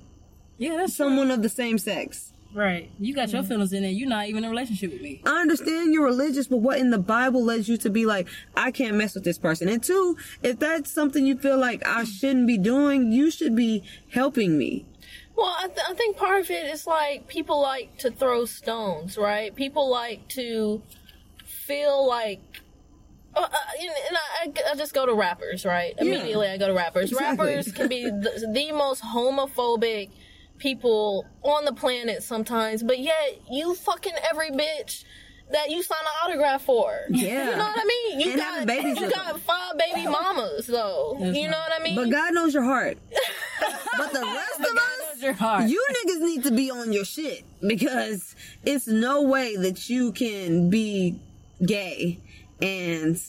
Yeah, that's true. someone of the same sex. Right. You got your feelings in there. You're not even in a relationship with me. I understand you're religious, but what in the Bible led you to be like, I can't mess with this person? And two, if that's something you feel like I shouldn't be doing, you should be helping me. Well, I, th- I think part of it is like people like to throw stones, right? People like to feel like. Uh, uh, and and I- I, I just go to rappers, right? Immediately I go to rappers. Exactly. Rappers can be the, the most homophobic people on the planet sometimes, but yet you fucking every bitch that you sign an autograph for. Yeah. You know what I mean? You And got having babies you with got five baby mamas though. You know what I mean? But God knows your heart. but the rest of us, That's your heart. you niggas need to be on your shit because it's no way that you can be gay and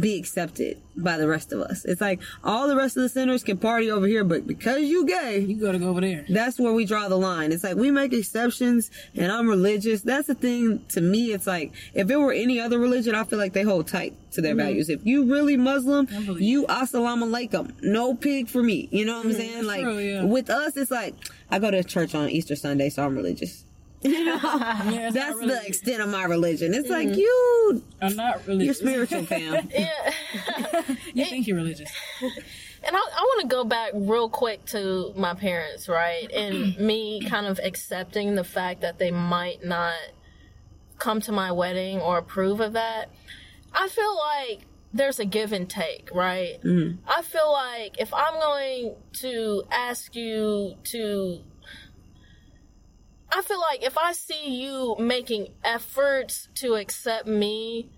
be accepted by the rest of us. It's like all the rest of the sinners can party over here, but because you gay, you gotta go over there. that's where we draw the line. It's like we make exceptions and I'm religious. That's the thing to me. It's like if it were any other religion, I feel like they hold tight to their values. If you really Muslim, Mm-hmm. believe Mm-hmm. you assalamu alaikum. No pig for me. You know what I'm saying? Like true, yeah. with us, it's like I go to church on Easter Sunday, so I'm religious. Yeah, it's not That's really, Mm-hmm. the extent of my religion. It's like you, I'm not you're religious. spiritual, fam. yeah. You think you're religious? And I, I want to go back real quick to my parents, right? And me kind of accepting the fact that they might not come to my wedding or approve of that. I feel like there's a give and take, right? I feel like if I'm going to ask you to. I feel like if I see you making efforts to accept me,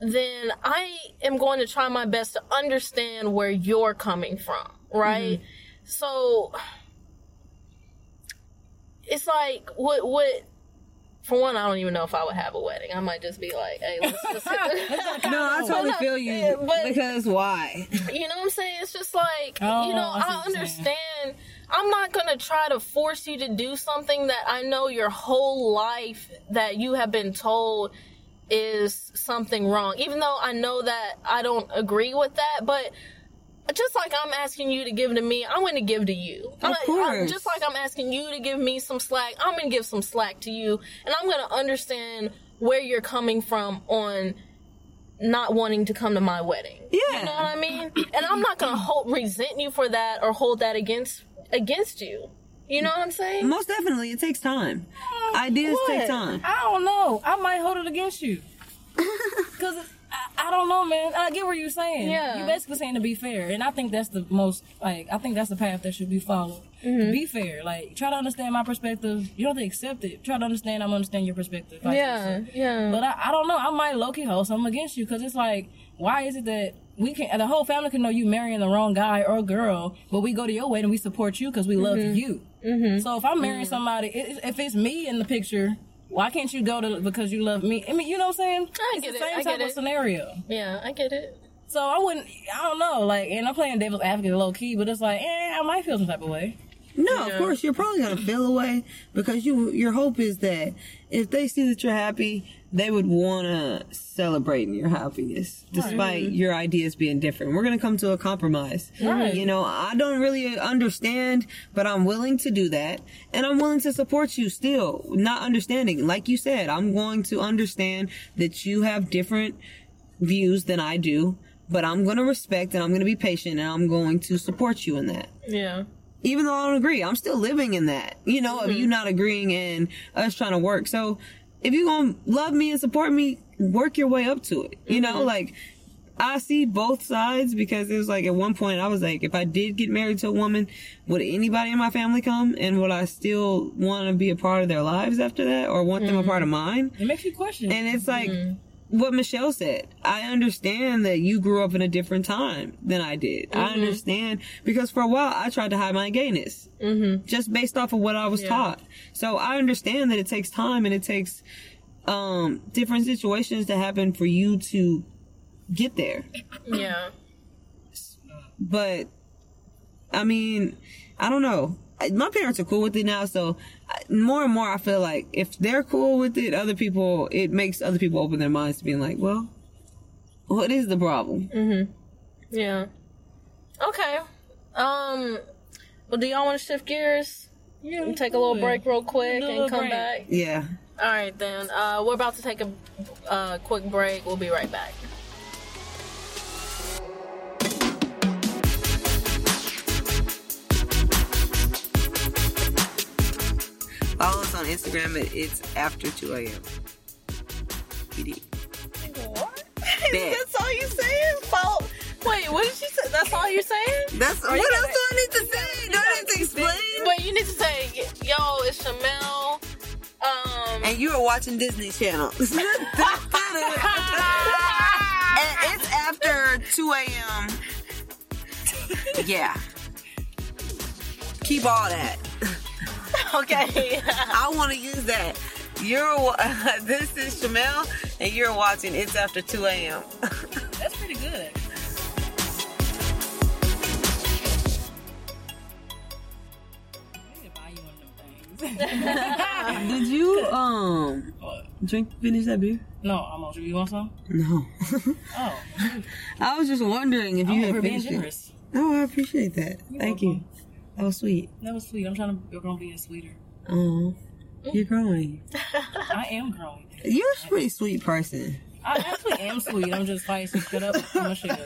then I am going to try my best to understand where you're coming from, right? So it's like what what for one, I don't even know if I would have a wedding. I might just be like, hey, let's just No, I totally feel you Yeah, but- because why? You know what I'm saying? It's just like, Oh, you know, I see I what you're saying. understand. I'm not going to try to force you to do something that I know your whole life that you have been told is something wrong. Even though I know that I don't agree with that, but just like I'm asking you to give to me, I'm going to give to you. I'm, Of I'm- course. just like I'm asking you to give me some slack, I'm going to give some slack to you and I'm going to understand where you're coming from on not wanting to come to my wedding. You Yeah. know what I mean? And I'm not gonna hold, resent you for that or hold that against against you. You know what I'm saying? Most definitely, it takes time. Ideas What? take time. I don't know. I might hold it against you. Cause I, I don't know, man. I get what you're saying. Yeah. You're basically saying to be fair, and I think that's the most like I think that's the path that should be followed. Mm-hmm. Be fair. Like try to understand my perspective. You don't have to accept it. Try to understand. I'm understand your perspective. vice yeah, versa. yeah. But I, I don't know. I might low key hold something against you because it's like, why is it that we can the whole family can know you marrying the wrong guy or girl, but we go to your wedding, we support you because we love Mm-hmm. you. So if I'm marrying somebody, it, it- if it's me in the picture, why can't you go to because you love me? I mean, you know what I'm saying? I it's get the it, same I type get of it. scenario. yeah, I get it. So I wouldn't. I don't know. Like, and I'm playing devil's advocate low key, but it's like, eh, I might feel some type of way. No, of course you're probably gonna feel away because you your hope is that if they see that you're happy, they would wanna celebrate your happiness despite your ideas being different. We're gonna come to a compromise. Right. You know, I don't really understand, but I'm willing to do that, and I'm willing to support you still. Not understanding, like you said, I'm going to understand that you have different views than I do. But I'm gonna respect and I'm gonna be patient and I'm going to support you in that Yeah. even though I don't agree, I'm still living in that. You know, of you not agreeing and us trying to work. So if you're gonna love me and support me, work your way up to it. You know, like I see both sides because it was like at one point I was like, if I did get married to a woman, would anybody in my family come? And would I still want to be a part of their lives after that, or want them a part of mine? It makes you question. And it's like what Michelle said. I understand that you grew up in a different time than I did. I understand because for a while I tried to hide my gayness mm-hmm. just based off of what I was taught. So I understand that it takes time and it takes um, different situations to happen for you to get there. Yeah. But I mean, I don't know. I- My parents are cool with it now, so I- more and more I feel like if they're cool with it, other people it makes other people open their minds to being like, well, what is the problem? Yeah. Okay. Um well do y'all wanna shift gears? yeah, Take a little good. break real quick Do a and little come break. back. Yeah, All right then. Uh we're about to take a uh, quick break. We'll be right back. follow us on Instagram at it's after two a.m. PD. What? Bet. That's all you saying? Follow- Wait, what did she say? That's all you're saying? That's you what gotta- else do I need to say? Do I need to explain? But you need to say, yo, it's Chamel. Um, And you are watching Disney Channel. And it's after 2 a.m. Yeah. Keep all that. okay. I want to use that. You're wa- this is Shamel, and you're watching It's After 2 a.m. Uh-huh. That's pretty good. Did you um drink finish that beer? No, I'm over. You want some? No. Oh, I was just wondering if I'm you had over being finished it. generous. Oh, I appreciate that. Thank you. welcome. That was sweet. That was sweet. I'm trying to you're gonna be a sweeter. Oh, you're growing. I am growing. You're a pretty sweet person. I actually am sweet. I'm just feisty. Shut up. I'm a sugar.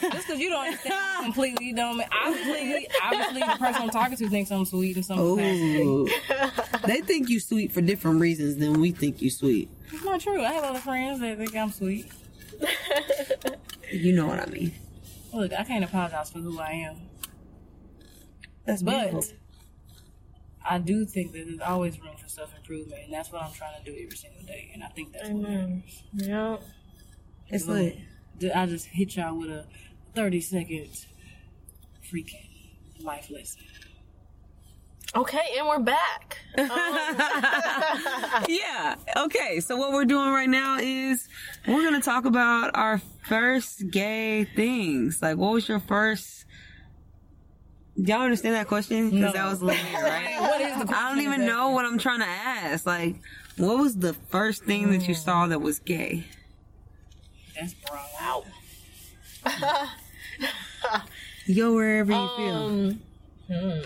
Just because you don't understand me completely, you don't. mean- Obviously, obviously, the person I'm talking to thinks I'm sweet and some capacity. Oh, they think you sweet for different reasons than we think you sweet. It's not true. I have other friends that think I'm sweet. You know what I mean. Look, I can't apologize for who I am, That's but I do think that there's always room for self improvement, and that's what I'm trying to do every single day. And I think that's what matters. yeah. it's Look, like ju- I just hit y'all with a 30 second freaking life lesson. Okay, and we're back. yeah. Okay. So what we're doing right now is we're gonna talk about our first gay things. Like, what was your first? Y'all understand that question? Because that was lame, right? What is the I don't even know what I'm trying to ask. Like, what was the first thing that you saw that was gay? That's broad. Wow. Yo, wherever you feel. Um, hmm.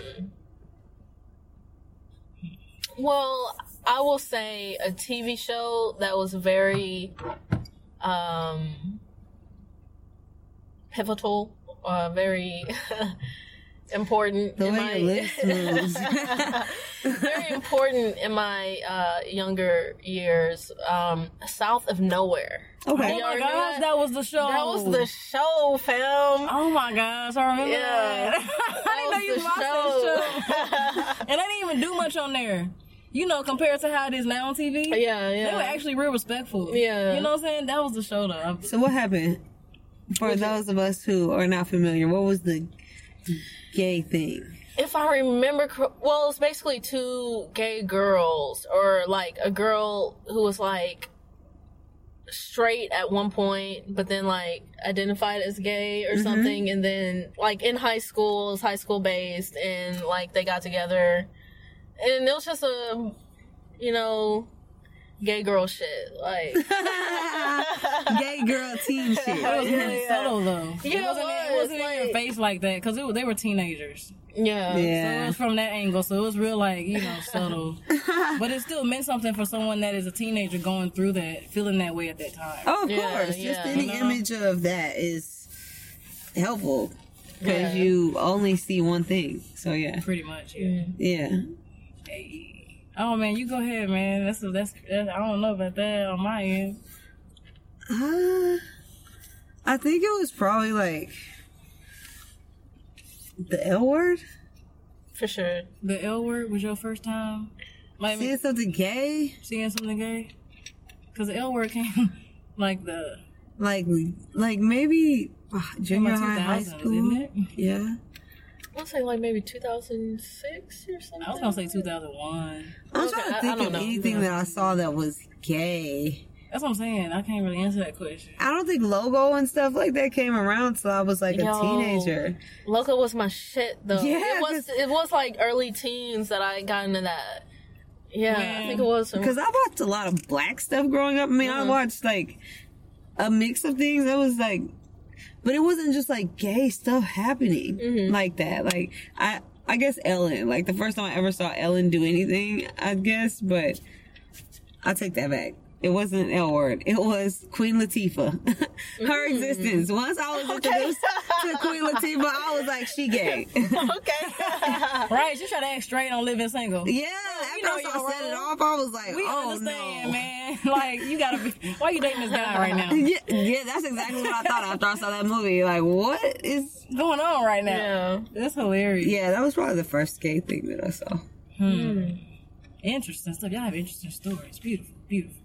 Well, I will say a TV show that was very um, pivotal, uh, very important. The in way my- your lips moves. very important in my uh, younger years. Um, South of Nowhere. okay. Oh Y'all my remember gosh, that? that was the show. That was the show, fam. Oh my gosh, I remember Yeah. that. I didn't know you That was watched the that show. and I didn't even do much on there. You know, compared to how it is now on TV. yeah, They were yeah. actually real respectful. Yeah. You know what I'm saying? That was the show though. I'm- So what happened? For those of us who are not familiar, what was the gay thing? If I remember, cor- well, it's basically two gay girls, or like a girl who was like straight at one point, but then like identified as gay Mm-hmm. or something, and then like in high school, it's high school based, and like they got together, and it was just a, you know, gay girl shit, like. gay girl team It shit. Oh, was really subtle though. Yeah, it it wasn't, it was, wasn't in your like- face like that because they were teenagers. Yeah. So it Yeah. was from that angle. So it was real, like, you know, subtle. but it still meant something for someone that is a teenager going through that, feeling that way at that time. Oh, of Yeah, course. Just yeah. Uh-huh. any You know? image of that is helpful Yeah. because you only see one thing. So yeah, Pretty much, yeah. yeah. Hey. Oh, man, you go ahead, man. That's, that's, that's, I don't know about that on my end. Uh, I think it was probably like the L word. For sure. The L word was your first time? Like, Seeing something gay, seeing something gay? Because the L word came, like, the, like like maybe uh, in junior my high, high 2000s, school. isn't it? Yeah. I'll say like maybe 2006 or something. I was going to say 2001. I'm Okay, trying I- to I think don't of know. anything that I saw that was gay. That's what I'm saying. I can't really answer that question. I don't think logo and stuff like that came around till I was like a Yo. teenager. Loco was my shit though. Yeah, it was 'cause- it was like early teens that I got into that. Yeah, I think it was. Because I watched a lot of black stuff growing up. I mean, I Uh-huh. watched like a mix of things. That was like, but it wasn't just like gay stuff happening Mm-hmm. like that. Like I, I guess Ellen. Like the first time I ever saw Ellen do anything, I guess. But I take that back. It wasn't L word. It was Queen Latifah. Her Mm. existence. Once I was introduced to Queen Latifah, I was like, she gay. okay. Right, she tried to act straight on living single. yeah. you know After I y'all saw set it wrong. off, I was like, We oh understand, no. man. Like you gotta be. Why you dating this guy right now? What's Yeah, yeah, that's exactly what I thought after I saw that movie. Like, what is? going on right now? yeah. That's hilarious. Hmm. Yeah, that was probably the first gay thing that I saw. Mm. Interesting stuff. Y'all have interesting stories. Beautiful, beautiful.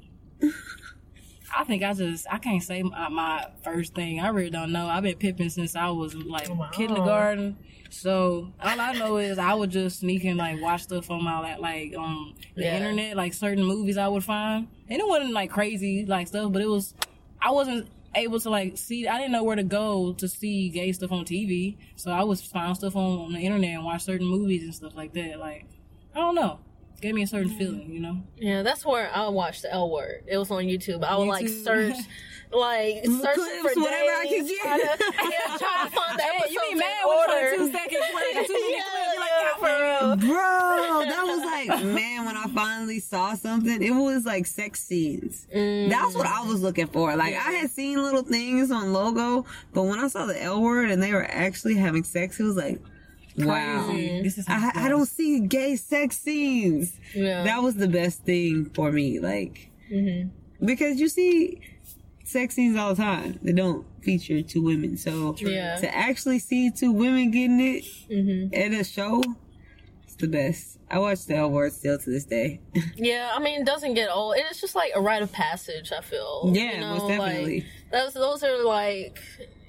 I think I just I can't say my, my first thing. I really don't know. I've been pipping since I was like Oh, kindergarten. So all I know is I would just sneak and like watch stuff on my like, like on the Yeah. internet, like certain movies I would find, and it wasn't like crazy like stuff, but it was I wasn't able to like see. I didn't know where to go to see gay stuff on TV, so I was find stuff on, on the internet and watch certain movies and stuff like that. Like I don't know, it gave me a Mm-hmm. certain feeling, you know. Yeah, that's where I watched the L word. It was on YouTube. I would like YouTube. search, like search clips, for whatever I could days, get. try to- yeah, try to find the episode. you be in mad order. when it's like two seconds, like a two minute clip. You're like, yeah, "God, for real. Bro, that was like, man, when I finally saw something, it was like sex scenes. That's what I was looking for. Like, I had seen little things on logo, but when I saw the L word and they were actually having sex, it was like, wow. Crazy. This is I, I don't see gay sex scenes. Yeah. That was the best thing for me. Like, Mm-hmm. because you see sex scenes all the time that don't feature two women. So Yeah. to actually see two women getting it Mm-hmm. in a show, it's the best. I watch the L word still to this day. Yeah, I mean, it doesn't get old. And it's just like a rite of passage, I feel. Yeah, most like, definitely. those, those are like,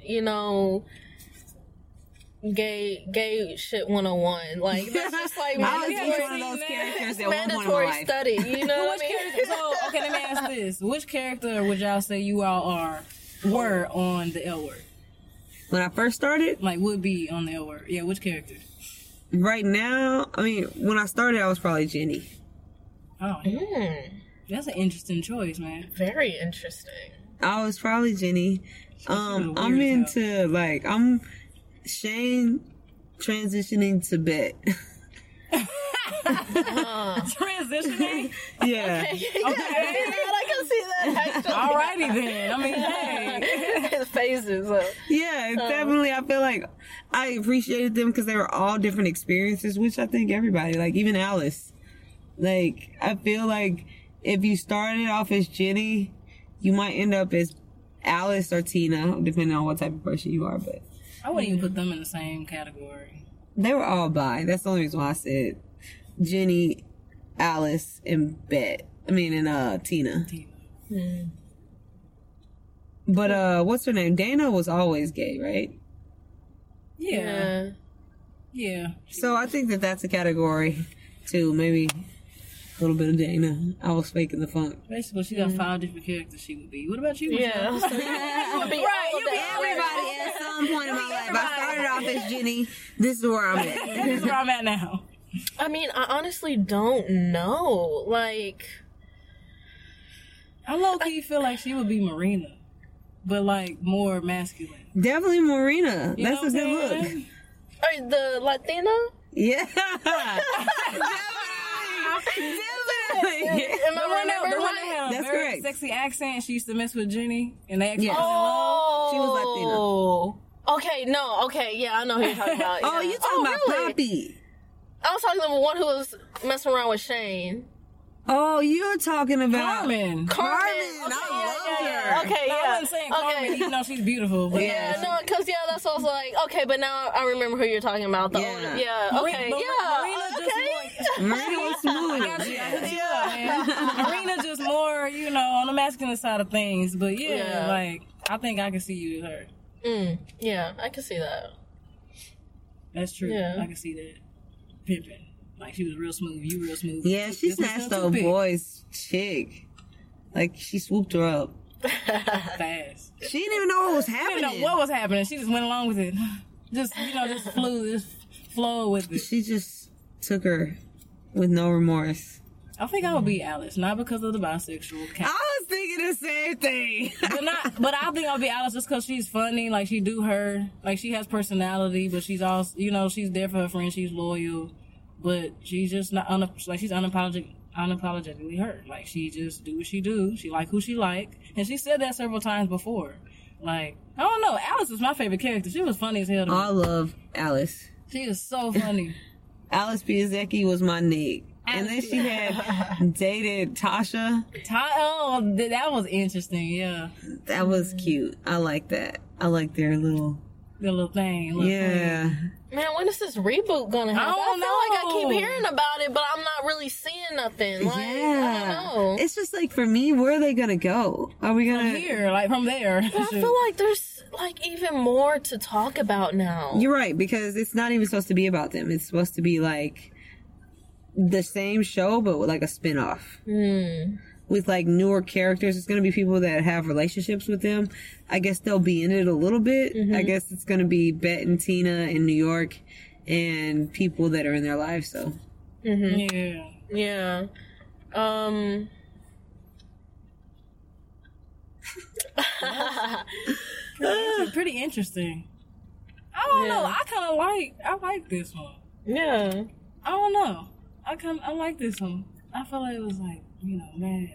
you know, gay gay shit 101. Like that's just like I was just haven't one of mandatory, seen those that. characters at one point in my mandatory life. study. You know what Which I mean? character? So okay, let me ask this: Which character would y'all say you all are were on the L word? When I first started, Like would be on the L word? Yeah, which character? right now, I mean, when I started, I was probably Jenny. Oh, Hmm, that's an interesting choice, man. very interesting. I was probably Jenny. Um, kinda I'm weird, though. into like I'm Shane transitioning to Bet. Uh. Transitioning. yeah, Yeah, I can see that actually. Alrighty then. I mean, hey. His phases. uh, Of, yeah, it's definitely. I feel like I appreciated them because they were all different experiences, which I think everybody, like even Alice, like I feel like if you started off as Jenny, you might end up as Alice or Tina, depending on what type of person you are. But I wouldn't even put them in the same category. They were all bi. That's the only reason why I said Jenny, Alice, and Bet. I mean, and uh, Tina. But uh, what's her name? Dana was always gay, right? Yeah. yeah. Yeah. So I think that that's a category too. Maybe a little bit of Dana. I was faking the funk. Basically, she got five different characters she would be. What about you? Mm. Yeah. Michelle? right, you be Everybody at some point in my life, I started off as Jenny. This is where I'm at. This is where I'm at now. I mean, I honestly don't know. Like, I low key feel like she would be Marina, but like more masculine. Definitely Marina. You That's know a what good I'm look. saying? are the Latina? Yeah. Definitely. Definitely. Am The I one that, the remembering one that right? had a That's very correct. sexy accent. She used to mess with Jenny, and they actually Yes. Oh, She was Latina. Oh. Okay, no, okay, yeah, I know who you're talking about. Oh, yeah. you talking about really? Poppy? I was talking about one who was messing around with Shane. Oh, you're talking about Carmen. Carmen. Carmen, Okay, I yeah, love yeah, her. yeah. Okay, No, yeah. I wasn't saying Carmen, okay. even though she's beautiful. But Yeah. Yeah, no, because, yeah, that's what I was like. Okay, but now I remember who you're talking about. The Yeah. older. Yeah, Mari- okay, Mar- yeah. Marina okay. just more, Marina was smooth. yeah, yeah. Marina just more, you know, on the masculine side of things. But yeah, Yeah. like I think I can see you as her. Mm, yeah, I can see that. That's true. Yeah. I can see that. Pimping. Like she was real smooth. You real smooth. Yeah, she This was snatched still the too big. boy's chick. Like she swooped her up. fast. She didn't even know what was I didn't know happening. what was happening. She just went along with it. Just you know, just flew, just flowed with it. She just took her with no remorse. I think I would be Alice, not because of the bisexual, I cat, was thinking the same thing. but not. But I think I'll be Alice just because she's funny. Like she do her, like she has personality, but she's also, you know, she's there for her friends. She's loyal, but she's just not un, like she's unapologetic, unapologetically her. Like she just do what she do. She like who she like, and she said that several times before. Like I don't know, Alice was my favorite character. She was funny as hell. To me. I love Alice. She is so funny. Alice Piazecki was my nick. And then she had dated Tasha. Ty- oh, th- that was interesting. Yeah, That was cute. I like that. I like their little. the little thing. little thing. Yeah. Man, when is this reboot gonna happen? I, don't feel like I know. keep hearing about it, but I'm not really seeing nothing. Like, I don't know. It's just like for me, where are they gonna go? Are we gonna here, like from there. But I feel like there's like even more to talk about now. You're right, because it's not even supposed to be about them. It's supposed to be like the same show but with like a spin off. Mm. With like newer characters. It's gonna be people that have relationships with them. I guess they'll be in it a little bit. I guess it's gonna be Bet and Tina in New York and people that are in their lives, so yeah, Mm-hmm. Yeah. Um. It's pretty interesting. I don't know. Yeah. I kind of like. I like this one. Yeah. I don't know. I kind. I like this one. I feel like it was like you know, man,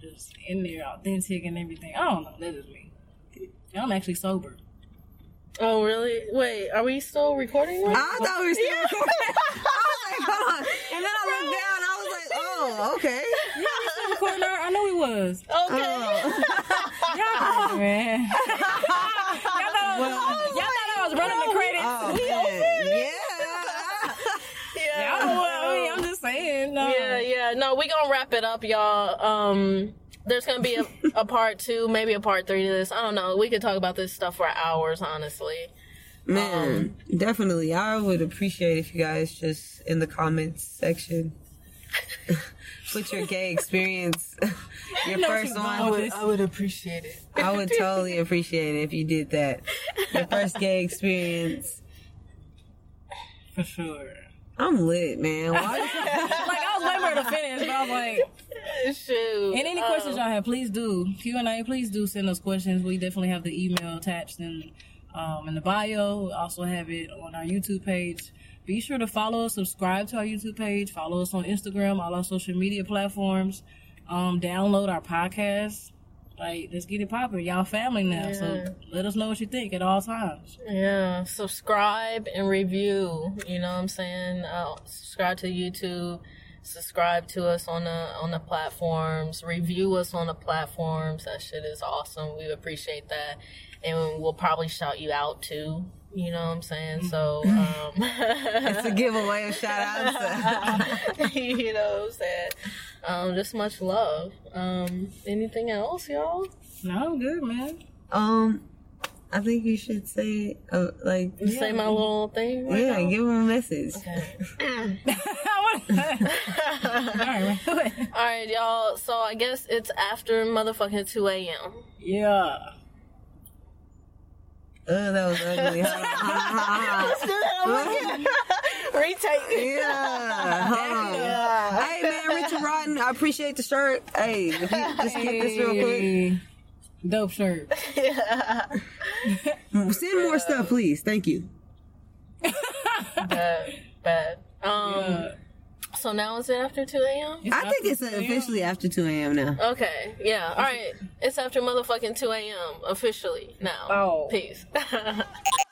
just in there, authentic and everything. I don't know. That is me. I'm actually sober. Oh really? Wait, are we still recording? Right? I thought we were still recording. I was like, hold on. And then I looked down and I was like, oh, okay. Recording our- I know we was. okay. Oh. Y'all crazy, man. y'all thought, I was, y'all thought I was running the credits. Oh, man. yeah. yeah. I don't know what I mean. I'm just saying. No. uh, Yeah, yeah. No, we gonna wrap it up, y'all. Um, there's gonna be a, a part two, maybe a part three to this. I don't know. We could talk about this stuff for hours, honestly. Man, definitely. I would appreciate if you guys just in the comments section put your gay experience, your know first she's one. going with this. would appreciate it. I would totally appreciate it if you did that. Your first gay experience. for sure. I'm lit, man. Why- Like I was waiting for her to finish, but I was like, Shoot. Uh, and any questions y'all have, please do Q and A. Please do send us questions. We definitely have the email attached in um, in the bio. We also have it on our YouTube page. Be sure to follow us, subscribe to our YouTube page, follow us on Instagram, all our social media platforms. Um, download our podcast. Like, let's get it popping. Y'all family now, so let us know what you think at all times. Yeah, subscribe and review. You know what I'm saying? Uh, subscribe to YouTube. Subscribe to us on the on the platforms. Review us on the platforms. That shit is awesome. We appreciate that, and we'll probably shout you out too. You know what I'm saying? So, um, It's a giveaway of shout outs. you know what I'm saying? Um, just much love. Um, anything else, y'all? No, I'm good, man. Um, I think you should say, uh, like, Just Say my little thing. right yeah, now? give them a message. Okay. I wanna- All right, wait, wait. All right, y'all. So I guess it's after motherfucking 2 a.m. Yeah. Oh, that was ugly. Retake. yeah. Hold on. Hey, man, Richard Rodden, I appreciate the shirt. Hey, if you just get this real quick. Hey, Dope shirt. Send more stuff, please. Thank you. Bad. Bad. Um, Uh, So now is it after 2 a.m.? I think it's after- officially after 2 a.m. now. Okay. Yeah. All right. It's after motherfucking 2 a.m. officially now. Oh. Peace.